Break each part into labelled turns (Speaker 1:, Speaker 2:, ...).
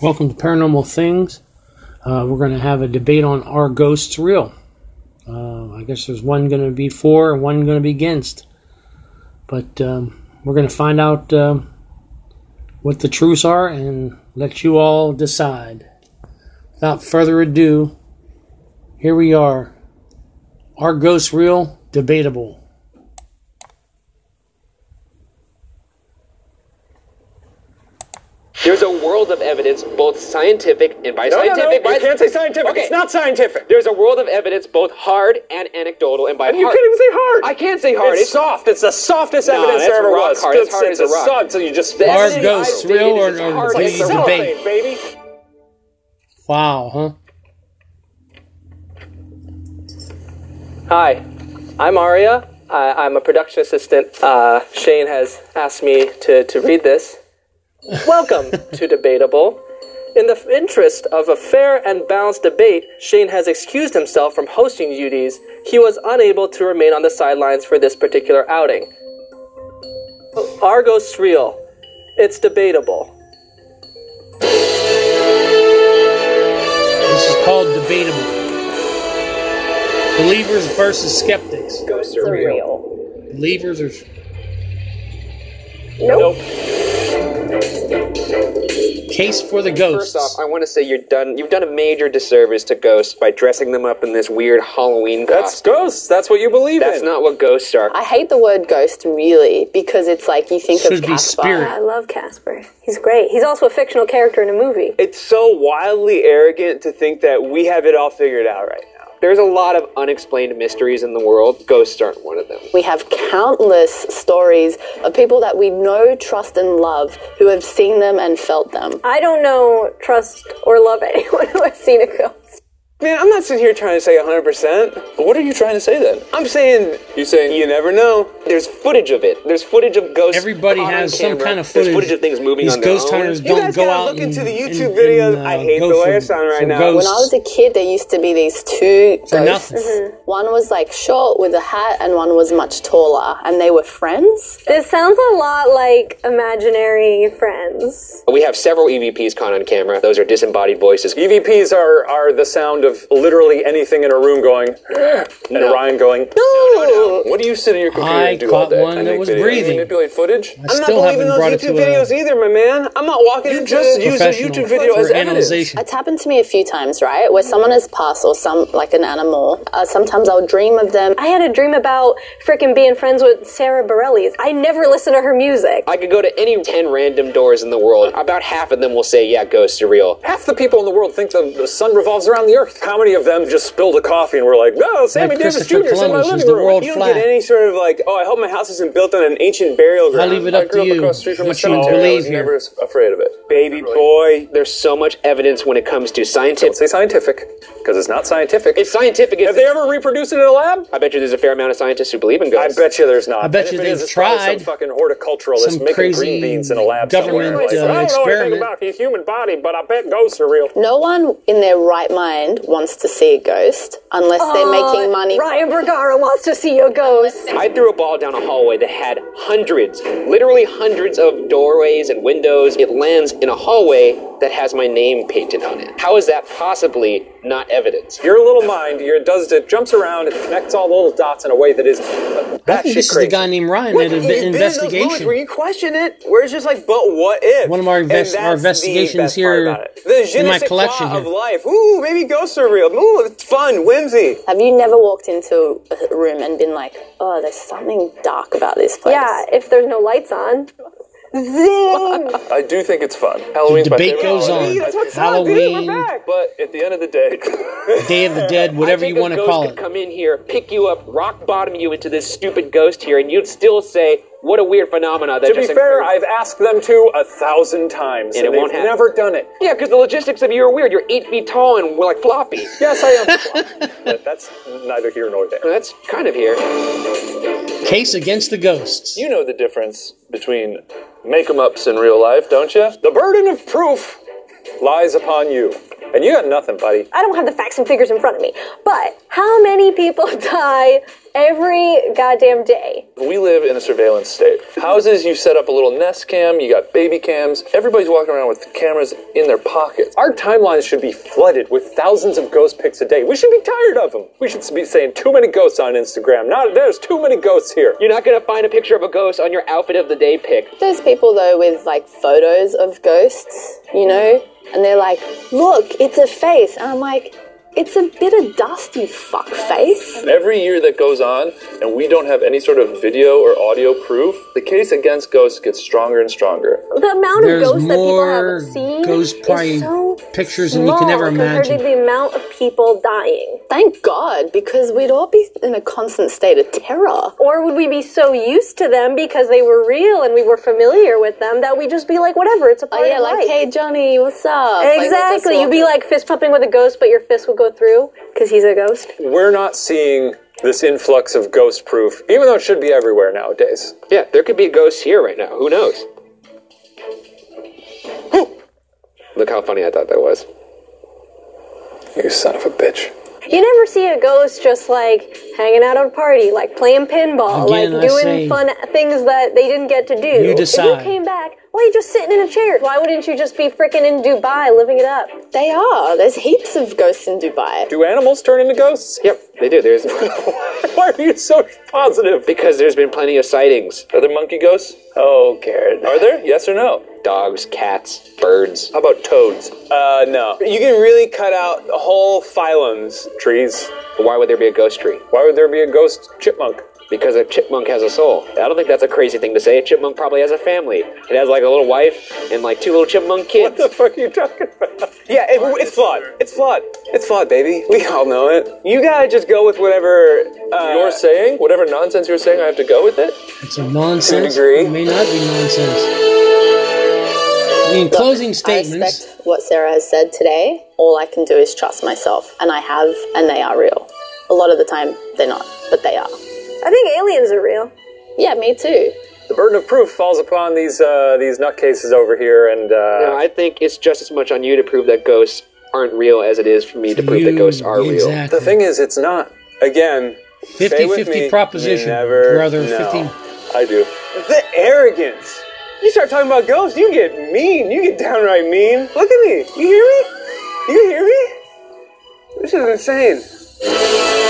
Speaker 1: Welcome to Paranormal Things. Uh, we're going to have a debate on are ghosts real? Uh, I guess there's one going to be for and one going to be against. But um, we're going to find out um, what the truths are and let you all decide. Without further ado, here we are. Are ghosts real? Debatable.
Speaker 2: There's a world of evidence, both scientific and by
Speaker 3: No, no, no, you
Speaker 2: scientific. by-
Speaker 3: can't say scientific.
Speaker 2: Okay.
Speaker 3: It's not scientific.
Speaker 2: There's a world of evidence, both hard and anecdotal, and by
Speaker 3: And you
Speaker 2: hard.
Speaker 3: can't even say hard.
Speaker 2: I can't say hard.
Speaker 3: It's, soft. It's the softest
Speaker 2: No,
Speaker 3: evidence
Speaker 2: that's
Speaker 3: there ever
Speaker 2: rock
Speaker 3: was.
Speaker 2: hard. It's hard as a rock.
Speaker 3: soft, so you just
Speaker 2: The
Speaker 1: Hard
Speaker 2: evidence
Speaker 1: ghosts,
Speaker 2: I've dated
Speaker 1: real or-
Speaker 2: is
Speaker 1: or
Speaker 2: hard
Speaker 1: do
Speaker 2: as
Speaker 1: you
Speaker 2: a rock.
Speaker 1: debate?
Speaker 3: cellophane, baby.
Speaker 1: Wow, huh?
Speaker 4: Hi, I'm Aria. I, I'm a production assistant. Uh, Shane has asked me to, to read this. Welcome to Debatable. In the interest of a fair and balanced debate, Shane has excused himself from hosting UDs. He was unable to remain on the sidelines for this particular outing. Argos real. It's debatable.
Speaker 1: This is called debatable. Believers versus skeptics.
Speaker 5: Ghosts are real.
Speaker 1: Believers are.
Speaker 5: Nope.
Speaker 1: Case for the ghosts.
Speaker 2: First off, I want to say you're done. You've done a major disservice to ghosts by dressing them up in this weird Halloween
Speaker 3: That's
Speaker 2: costume.
Speaker 3: ghosts. That's what you believe
Speaker 2: That's,
Speaker 3: in.
Speaker 2: not what ghosts are.
Speaker 5: I hate the word ghost really because it's like you think
Speaker 1: Should
Speaker 5: of
Speaker 1: be
Speaker 5: Casper.
Speaker 1: spirit.
Speaker 6: I love Casper. He's great. He's also a fictional character in a movie.
Speaker 3: It's so wildly arrogant to think that we have it all figured out right now.
Speaker 2: There's a lot of unexplained mysteries in the world. Ghosts aren't one of them.
Speaker 5: We have countless stories of people that we know, trust, and love who have seen them and felt them.
Speaker 6: I don't know, trust, or love anyone who has seen a ghost.
Speaker 3: Man, I'm not sitting here trying to say 100%.
Speaker 7: What are you trying to say then?
Speaker 3: I'm saying
Speaker 7: You saying
Speaker 3: you never know.
Speaker 2: There's footage of it. There's footage of ghosts.
Speaker 1: Everybody
Speaker 2: caught on
Speaker 1: has some
Speaker 2: camera.
Speaker 1: kind of
Speaker 2: There's
Speaker 1: footage.
Speaker 2: footage of things moving
Speaker 1: These
Speaker 2: on
Speaker 1: ghost
Speaker 2: their own.
Speaker 1: hunters
Speaker 3: You
Speaker 1: don't
Speaker 3: guys
Speaker 1: go
Speaker 3: gotta
Speaker 1: out
Speaker 3: look
Speaker 1: and,
Speaker 3: into the YouTube
Speaker 1: and-
Speaker 3: videos.
Speaker 1: and, uh,
Speaker 3: I hate
Speaker 1: go
Speaker 3: the
Speaker 1: for-
Speaker 3: way it sound right
Speaker 1: for
Speaker 3: now.
Speaker 1: Ghosts
Speaker 5: When I was a kid, there used to be these two
Speaker 1: for
Speaker 5: ghosts.
Speaker 1: nothing.
Speaker 5: One was like short with a hat, and one was much taller, and they were friends.
Speaker 6: This sounds a lot like imaginary friends.
Speaker 2: We have several EVPs caught on camera. Those are disembodied voices.
Speaker 3: EVPs E are, are the sound of literally anything in a room going, and Ryan going,
Speaker 7: what do you sit in your computer
Speaker 1: I
Speaker 7: and do all
Speaker 1: caught
Speaker 7: day?
Speaker 1: one
Speaker 7: And
Speaker 1: that
Speaker 7: make
Speaker 1: was
Speaker 7: videos?
Speaker 1: breathing.
Speaker 7: Manipulate footage.
Speaker 1: I
Speaker 3: I'm not
Speaker 1: still
Speaker 3: believing
Speaker 1: haven't
Speaker 3: those
Speaker 1: brought it
Speaker 3: YouTube
Speaker 1: to
Speaker 3: videos
Speaker 1: a
Speaker 3: either, my man. I'm not walking
Speaker 7: You
Speaker 3: into
Speaker 7: just
Speaker 3: this- use a
Speaker 1: professional
Speaker 3: YouTube video as
Speaker 1: for
Speaker 3: evidence.
Speaker 1: analyzation.
Speaker 5: It's happened to me a few times, right? Where someone has passed or some like an animal. Uh, sometimes I'll dream of them.
Speaker 6: I had a dream about frickin' being friends with Sarah Bareilles. I never listened to her music.
Speaker 2: I could go to any 10 random doors in the world. About half of them will say, yeah, ghosts are real.
Speaker 3: Half the people in the world think the, the sun revolves around the earth. How many of them just spilled a coffee and were like, "No, Sammy Davis Jr.
Speaker 1: Christopher
Speaker 3: is in my
Speaker 1: Columbus, is
Speaker 3: living
Speaker 1: the
Speaker 3: room."
Speaker 1: world
Speaker 3: you don't
Speaker 1: flat?
Speaker 3: get any sort of like, "Oh, I hope my house isn't built on an ancient burial
Speaker 1: I
Speaker 3: ground."
Speaker 1: leave it
Speaker 7: I
Speaker 1: up to
Speaker 7: grew up
Speaker 1: you.
Speaker 7: across the street from a
Speaker 1: What you
Speaker 7: cemetery. I
Speaker 1: believe
Speaker 7: was never
Speaker 1: here.
Speaker 7: as- afraid of it.
Speaker 3: Baby boy,
Speaker 2: There's so much evidence when it comes to
Speaker 3: don't
Speaker 2: scientific.
Speaker 3: say scientific because it's not scientific.
Speaker 2: It's scientific. It's
Speaker 3: Have they ever reproduced it in a lab?
Speaker 2: I bet you there's a fair amount of scientists who believe in
Speaker 3: I
Speaker 2: ghosts.
Speaker 3: bet you there's not.
Speaker 1: I bet
Speaker 3: And if
Speaker 1: you
Speaker 3: it
Speaker 1: they've
Speaker 3: is, it's probably
Speaker 1: tried
Speaker 3: Some fucking horticulturalist
Speaker 1: some
Speaker 3: making
Speaker 1: crazy
Speaker 3: green beans in a lab somewhere.
Speaker 1: government,
Speaker 3: Like,
Speaker 1: uh,
Speaker 3: I don't know anything
Speaker 1: experiment.
Speaker 3: about the human body, but I bet ghosts are real.
Speaker 5: No one in their right mind wants to see a ghost unless
Speaker 6: Oh,
Speaker 5: they're making money.
Speaker 6: Uh, Ryan Bergara wants to see a ghost.
Speaker 2: I threw a ball down a hallway that had hundreds, literally hundreds of doorways and windows. It lands in a hallway that has my name painted on it. How is that possibly not evidence?
Speaker 3: Your little mind, your does it jumps around and connects all the little dots in a way that is
Speaker 1: I think this
Speaker 3: batshit
Speaker 1: is the
Speaker 3: crazy.
Speaker 1: guy named Ryan
Speaker 3: What?
Speaker 1: that did
Speaker 3: You've been
Speaker 1: the
Speaker 3: in those moments Where
Speaker 1: investigation.
Speaker 3: you question it, where it's just like, but what if?
Speaker 1: One of our
Speaker 3: And
Speaker 1: invest-
Speaker 3: that's
Speaker 1: our
Speaker 3: the
Speaker 1: investigations
Speaker 3: best part
Speaker 1: here
Speaker 3: about it. The je
Speaker 1: in
Speaker 3: ne
Speaker 1: my
Speaker 3: sais quoi
Speaker 1: collection
Speaker 3: of
Speaker 1: here.
Speaker 3: life. Ooh, maybe ghosts are real. Ooh, it's fun, whimsy.
Speaker 5: Have you never walked into a room and been like, "Oh, there's something dark about this place"?
Speaker 6: Yeah, if there's no lights on. Zing!
Speaker 7: I do think it's fun. Halloween's my
Speaker 1: debate
Speaker 7: favorite
Speaker 1: goes
Speaker 7: holiday.
Speaker 1: on.
Speaker 3: That's what's up, dude.
Speaker 1: Halloween,
Speaker 3: We're back.
Speaker 7: But at the end of the day,
Speaker 1: Day of the Dead, whatever
Speaker 2: I think
Speaker 1: you want
Speaker 2: a
Speaker 1: to
Speaker 2: ghost
Speaker 1: call it.
Speaker 2: could come in here, pick you up, rock bottom you into this stupid ghost here, and you'd still say, "What a weird phenomena!" That
Speaker 3: To be
Speaker 2: just
Speaker 3: fair,
Speaker 2: occurred."
Speaker 3: I've asked them to a thousand times,
Speaker 2: And it
Speaker 3: they've
Speaker 2: won't happen.
Speaker 3: never done it.
Speaker 2: yeah, because the logistics of you are weird. You're eight feet tall and we're like floppy.
Speaker 3: Yes, I am. but that's neither here nor there.
Speaker 2: That's kind of here.
Speaker 1: Case against the ghosts.
Speaker 7: you know the difference between make 'em ups in real life, don't you?
Speaker 3: The burden of proof lies upon you. And you got nothing, buddy.
Speaker 6: I don't have the facts and figures in front of me, but how many people die every goddamn day?
Speaker 7: We live in a surveillance state. Houses, you set up a little nest cam, you got baby cams. Everybody's walking around with cameras in their pockets.
Speaker 3: Our timelines should be flooded with thousands of ghost pics a day. We should be tired of them. We should be saying too many ghosts on Instagram. Not there's too many ghosts here.
Speaker 2: You're not gonna find a picture of a ghost on your outfit of the day pic.
Speaker 5: Those people though with like photos of ghosts, you know, and they're like, "Look, it's a face," and I'm like, "It's a bit of dust, you fuck face."
Speaker 7: Every year that goes on, and we don't have any sort of video or audio proof, the case against ghosts gets stronger and stronger.
Speaker 6: The amount
Speaker 1: There's
Speaker 6: of ghosts that people
Speaker 1: more
Speaker 6: haven't seen
Speaker 1: ghost probably
Speaker 6: is so
Speaker 1: pictures than
Speaker 6: small
Speaker 1: you can ever
Speaker 6: compared
Speaker 1: imagine.
Speaker 6: to the amount of people dying.
Speaker 5: Thank God, because we'd all be in a constant state of terror.
Speaker 6: Or would we be so used to them because they were real and we were familiar with them that we just be like, whatever, it's a part
Speaker 5: Oh yeah,
Speaker 6: of
Speaker 5: like,
Speaker 6: life.
Speaker 5: "Hey Johnny, what's up?" Like, we're just
Speaker 6: exactly. You'd be
Speaker 5: walking-
Speaker 6: like fist pumping with a ghost, but your fist would go through because he's a ghost.
Speaker 3: We're not seeing this influx of ghost proof, even though it should be everywhere nowadays.
Speaker 2: Yeah, there could be ghosts here right now. Who knows? Look how funny I thought that was.
Speaker 3: You son of a bitch.
Speaker 6: You never see a ghost just like hanging out at a party, like playing pinball,
Speaker 1: Again, I
Speaker 6: like doing
Speaker 1: say-
Speaker 6: fun things that they didn't get to do. If
Speaker 1: decide.
Speaker 6: you came back, why are you just sitting in a chair? Why wouldn't you just be freaking in Dubai living it up?
Speaker 5: They are. There's heaps of ghosts in Dubai.
Speaker 3: Do animals turn into ghosts?
Speaker 2: Yep, they do. There's
Speaker 3: Why are you so positive?
Speaker 2: because there's been plenty of sightings.
Speaker 7: Are there monkey ghosts?
Speaker 3: Oh, Garrett.
Speaker 7: Are there? Yes or no?
Speaker 2: Dogs, cats, birds.
Speaker 7: How about toads?
Speaker 3: Uh, no. You can really cut out whole phylums. Trees.
Speaker 2: Why would there be a ghost tree?
Speaker 3: Why would there be a ghost chipmunk?
Speaker 2: Because a chipmunk has a soul. I don't think that's a crazy thing to say. A chipmunk probably has a family. It has like a little wife and like two little chipmunk kids.
Speaker 3: fuck are you talking about? Yeah, it, it's flawed. It's flawed. It's flawed, baby. We all know it. You gotta just go with whatever. Uh,
Speaker 7: You're saying? Whatever nonsense you're saying, I have to go with it?
Speaker 1: It's a nonsense.
Speaker 3: degree.
Speaker 1: It may not be nonsense. In closing
Speaker 5: I
Speaker 1: statements,
Speaker 5: respect what Sarah has said today. All I can do is trust myself, and I have, and they are real. A lot of the time, they're not, but they are.
Speaker 6: I think aliens are real.
Speaker 5: Yeah, me too.
Speaker 3: the burden of proof falls upon these uh, these nutcases over here, and uh,
Speaker 2: No, I think it's just as much on you to prove that ghosts aren't real as it is for me to prove that
Speaker 1: you-
Speaker 2: ghosts are real.
Speaker 1: exactly.
Speaker 3: the thing is, it's not. Again, stay
Speaker 1: 50
Speaker 3: with
Speaker 1: 50
Speaker 3: me.
Speaker 1: proposition,
Speaker 3: You never
Speaker 1: brother.
Speaker 3: know.
Speaker 1: 50.
Speaker 7: I do.
Speaker 3: The arrogance. You start talking about ghosts, you get mean. You get downright mean. Look at me. You hear me? You hear me? This is insane.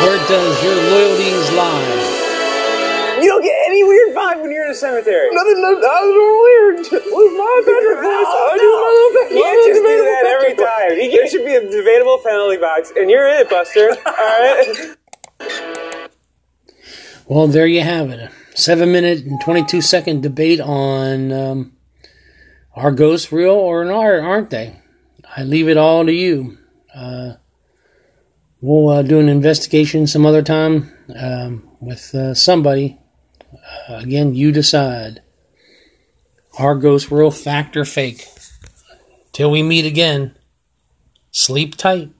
Speaker 1: Where does your loyalties lie?
Speaker 3: You don't get any weird vibe when you're in a cemetery.
Speaker 7: Nothing, nothing, weird. Where's my bedroom? I do my little
Speaker 3: You can't just do that every time. You there should be a debatable penalty box, and you're in it, Buster. All right.
Speaker 1: Well, there you have it. A seven minute and 22 second debate on um, are ghosts real or not, aren't they? I leave it all to you. Uh, we'll uh, do an investigation some other time um, with uh, somebody. Uh, again, you decide. Are ghosts real, fact, or fake? Till we meet again, sleep tight.